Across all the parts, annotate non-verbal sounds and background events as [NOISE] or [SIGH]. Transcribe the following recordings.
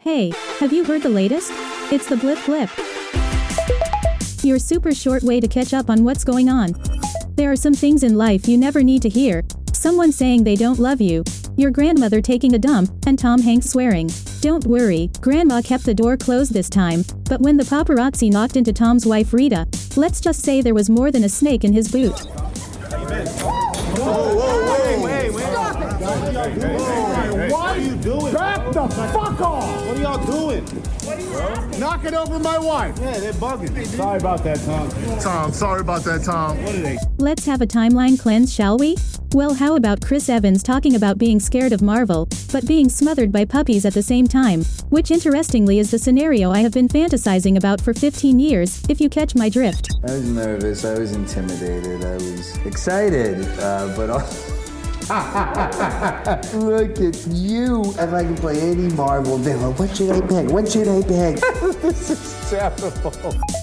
Hey, have you heard the latest? It's the Blip Blip. Your super short way to catch up on what's going on. There are some things in life you never need to hear someone saying they don't love you, your grandmother taking a dump, and Tom Hanks swearing. Don't worry, Grandma kept the door closed this time, but when the paparazzi knocked into Tom's wife Rita, let's just say there was more than a snake in his boot. What are you doing? Back the fuck off! What are y'all doing? Knock it over my wife! Yeah, they're bugging. Sorry about that, Tom. Tom, sorry about that, Tom. What are they? Let's have a timeline cleanse, shall we? Well, how about Chris Evans talking about being scared of Marvel, but being smothered by puppies at the same time? Which, interestingly, is the scenario I have been fantasizing about for 15 years, if you catch my drift. I was nervous. I was intimidated. I was excited, uh, but also. [LAUGHS] Look at you! If I can play any Marvel villain, what should I pick? What should I pick?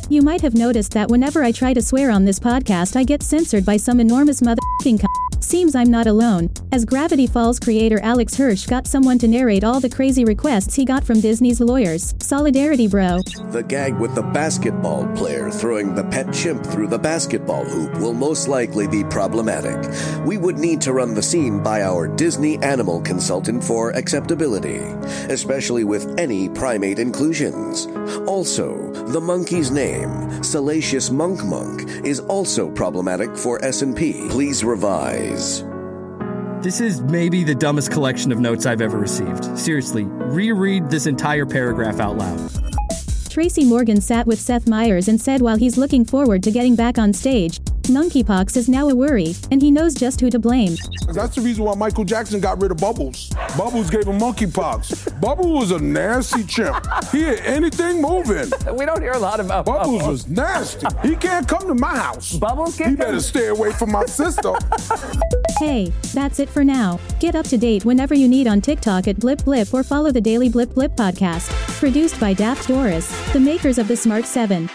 You might have noticed that whenever I try to swear on this podcast, I get censored by some enormous motherfucking c- Seems I'm not alone, as Gravity Falls creator Alex Hirsch got someone to narrate all the crazy requests he got from Disney's lawyers. Solidarity, bro. The gag with the basketball player throwing the pet chimp through the basketball hoop will most likely be problematic. We would need to run the scene by our Disney animal consultant for acceptability, especially with any primate inclusions. Also, the monkey's name, Salacious Monk Monk, is also problematic for S&P. Please revise. This is maybe the dumbest collection of notes I've ever received. Seriously, reread this entire paragraph out loud. Tracy Morgan sat with Seth Meyers and said while he's looking forward to getting back on stage, monkeypox is now a worry, and he knows just who to blame. That's the reason why Michael Jackson got rid of Bubbles. Bubbles gave him monkeypox. Bubble was a nasty chimp. He had anything moving. We don't hear a lot about Bubbles was nasty. He can't come to my house. Bubbles can't He come- better stay away from [LAUGHS] my sister. Hey, that's it for now. Get up to date whenever you need on TikTok at Blip Blip or follow the Daily Blip Blip podcast, produced by Daft Doris, the makers of the Smart 7.